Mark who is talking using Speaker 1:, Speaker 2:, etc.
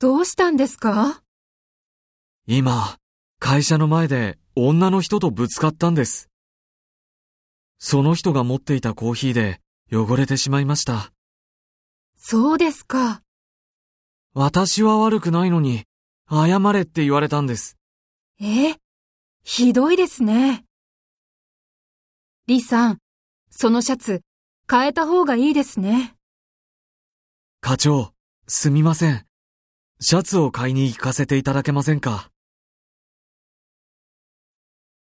Speaker 1: どうしたんですか
Speaker 2: 今、会社の前で女の人とぶつかったんです。その人が持っていたコーヒーで汚れてしまいました。
Speaker 1: そうですか。
Speaker 2: 私は悪くないのに、謝れって言われたんです。
Speaker 1: えひどいですね。リさん、そのシャツ、変えた方がいいですね。
Speaker 2: 課長、すみません。シャツを買いに行かせていただけませんか